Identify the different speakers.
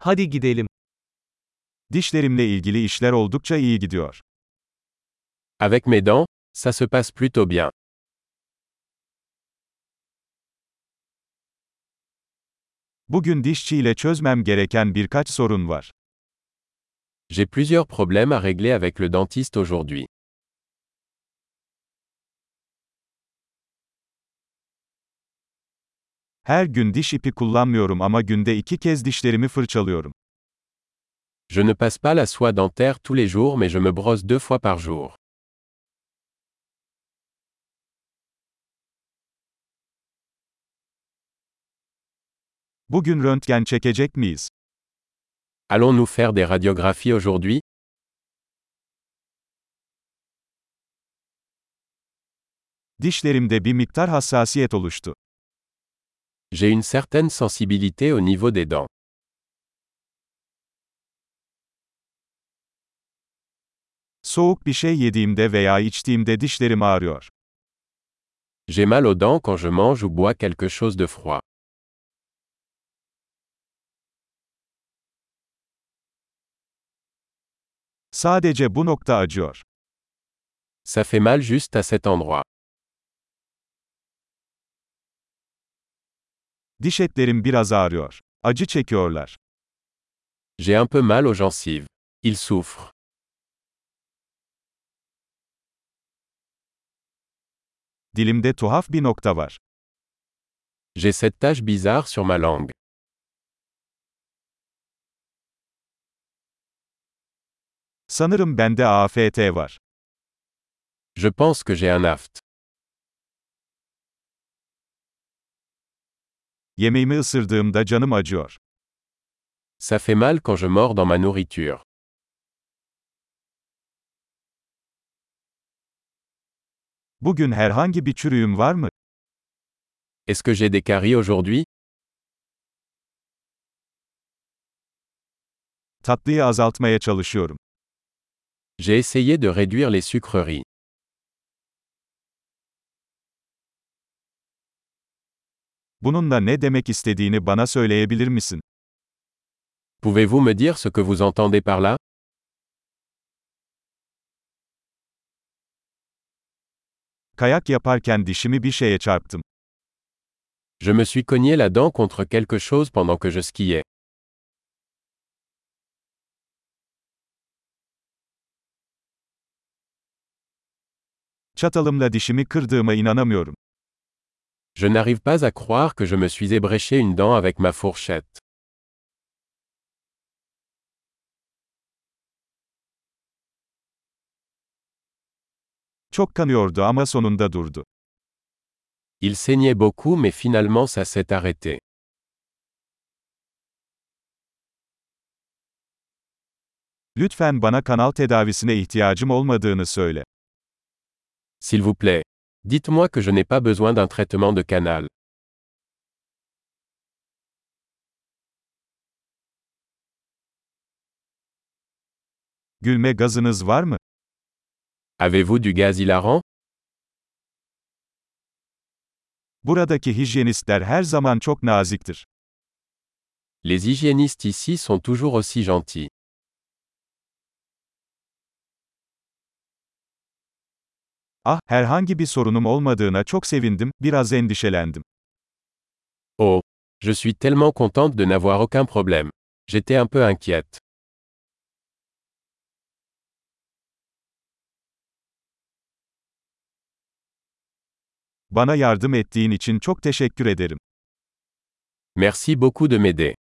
Speaker 1: Hadi gidelim.
Speaker 2: Dişlerimle ilgili işler oldukça iyi gidiyor.
Speaker 3: Avec mes dents, ça se passe plutôt bien.
Speaker 2: Bugün dişçiyle çözmem gereken birkaç sorun var.
Speaker 3: J'ai plusieurs problèmes à régler avec le dentiste aujourd'hui.
Speaker 2: Her gün diş ipi kullanmıyorum ama günde iki kez dişlerimi fırçalıyorum.
Speaker 3: Je ne passe pas la soie dentaire tous les jours mais je me brosse deux fois par jour.
Speaker 2: Bugün röntgen çekecek miyiz?
Speaker 3: Allons-nous faire des radiographies aujourd'hui?
Speaker 2: Dişlerimde bir miktar hassasiyet oluştu.
Speaker 3: J'ai une certaine sensibilité au niveau des dents.
Speaker 2: Soğuk bir şey yediğimde veya içtiğimde dişlerim ağrıyor.
Speaker 3: J'ai mal aux dents quand je mange ou bois quelque chose de froid.
Speaker 2: Sadece bu nokta acıyor.
Speaker 3: Ça fait mal juste à cet endroit.
Speaker 2: Diş etlerim biraz ağrıyor. Acı çekiyorlar.
Speaker 3: J'ai un peu mal aux gencives. Ils souffrent.
Speaker 2: Dilimde tuhaf bir nokta var.
Speaker 3: J'ai cette tache bizarre sur ma langue.
Speaker 2: Sanırım bende AFT var.
Speaker 3: Je pense que j'ai un aft.
Speaker 2: Yemeğimi ısırdığımda canım acıyor.
Speaker 3: Ça fait mal quand je mords dans ma nourriture.
Speaker 2: Bugün herhangi bir çürüğüm var mı?
Speaker 3: Est-ce que j'ai des caries aujourd'hui?
Speaker 2: Tatlıyı azaltmaya çalışıyorum.
Speaker 3: J'ai essayé de réduire les sucreries.
Speaker 2: Bununla ne demek istediğini bana söyleyebilir misin?
Speaker 3: Pouvez-vous me dire ce que vous entendez par là?
Speaker 2: Kayak yaparken dişimi bir şeye çarptım.
Speaker 3: Je me suis cogné la dent contre quelque chose pendant que je skiais.
Speaker 2: Çatalımla dişimi kırdığıma inanamıyorum.
Speaker 3: Je n'arrive pas à croire que je me suis ébréché une dent avec ma fourchette.
Speaker 2: Çok kanıyordu ama sonunda durdu.
Speaker 3: Il saignait beaucoup mais finalement ça s'est arrêté.
Speaker 2: Lütfen bana kanal tedavisine ihtiyacım olmadığını söyle.
Speaker 3: S'il vous plaît, dites-moi que je n'ai pas besoin d'un traitement de canal.
Speaker 2: Gülme gazınız var mı?
Speaker 3: Avez-vous du gaz hilarant?
Speaker 2: Buradaki hijyenistler her zaman çok naziktir.
Speaker 3: Les hygiénistes ici sont toujours aussi gentils.
Speaker 2: Ah, herhangi bir sorunum olmadığına çok sevindim, biraz endişelendim.
Speaker 3: Oh, je suis tellement contente de n'avoir aucun problème. J'étais un peu inquiète.
Speaker 2: Bana yardım ettiğin için çok teşekkür ederim.
Speaker 3: Merci beaucoup de m'aider.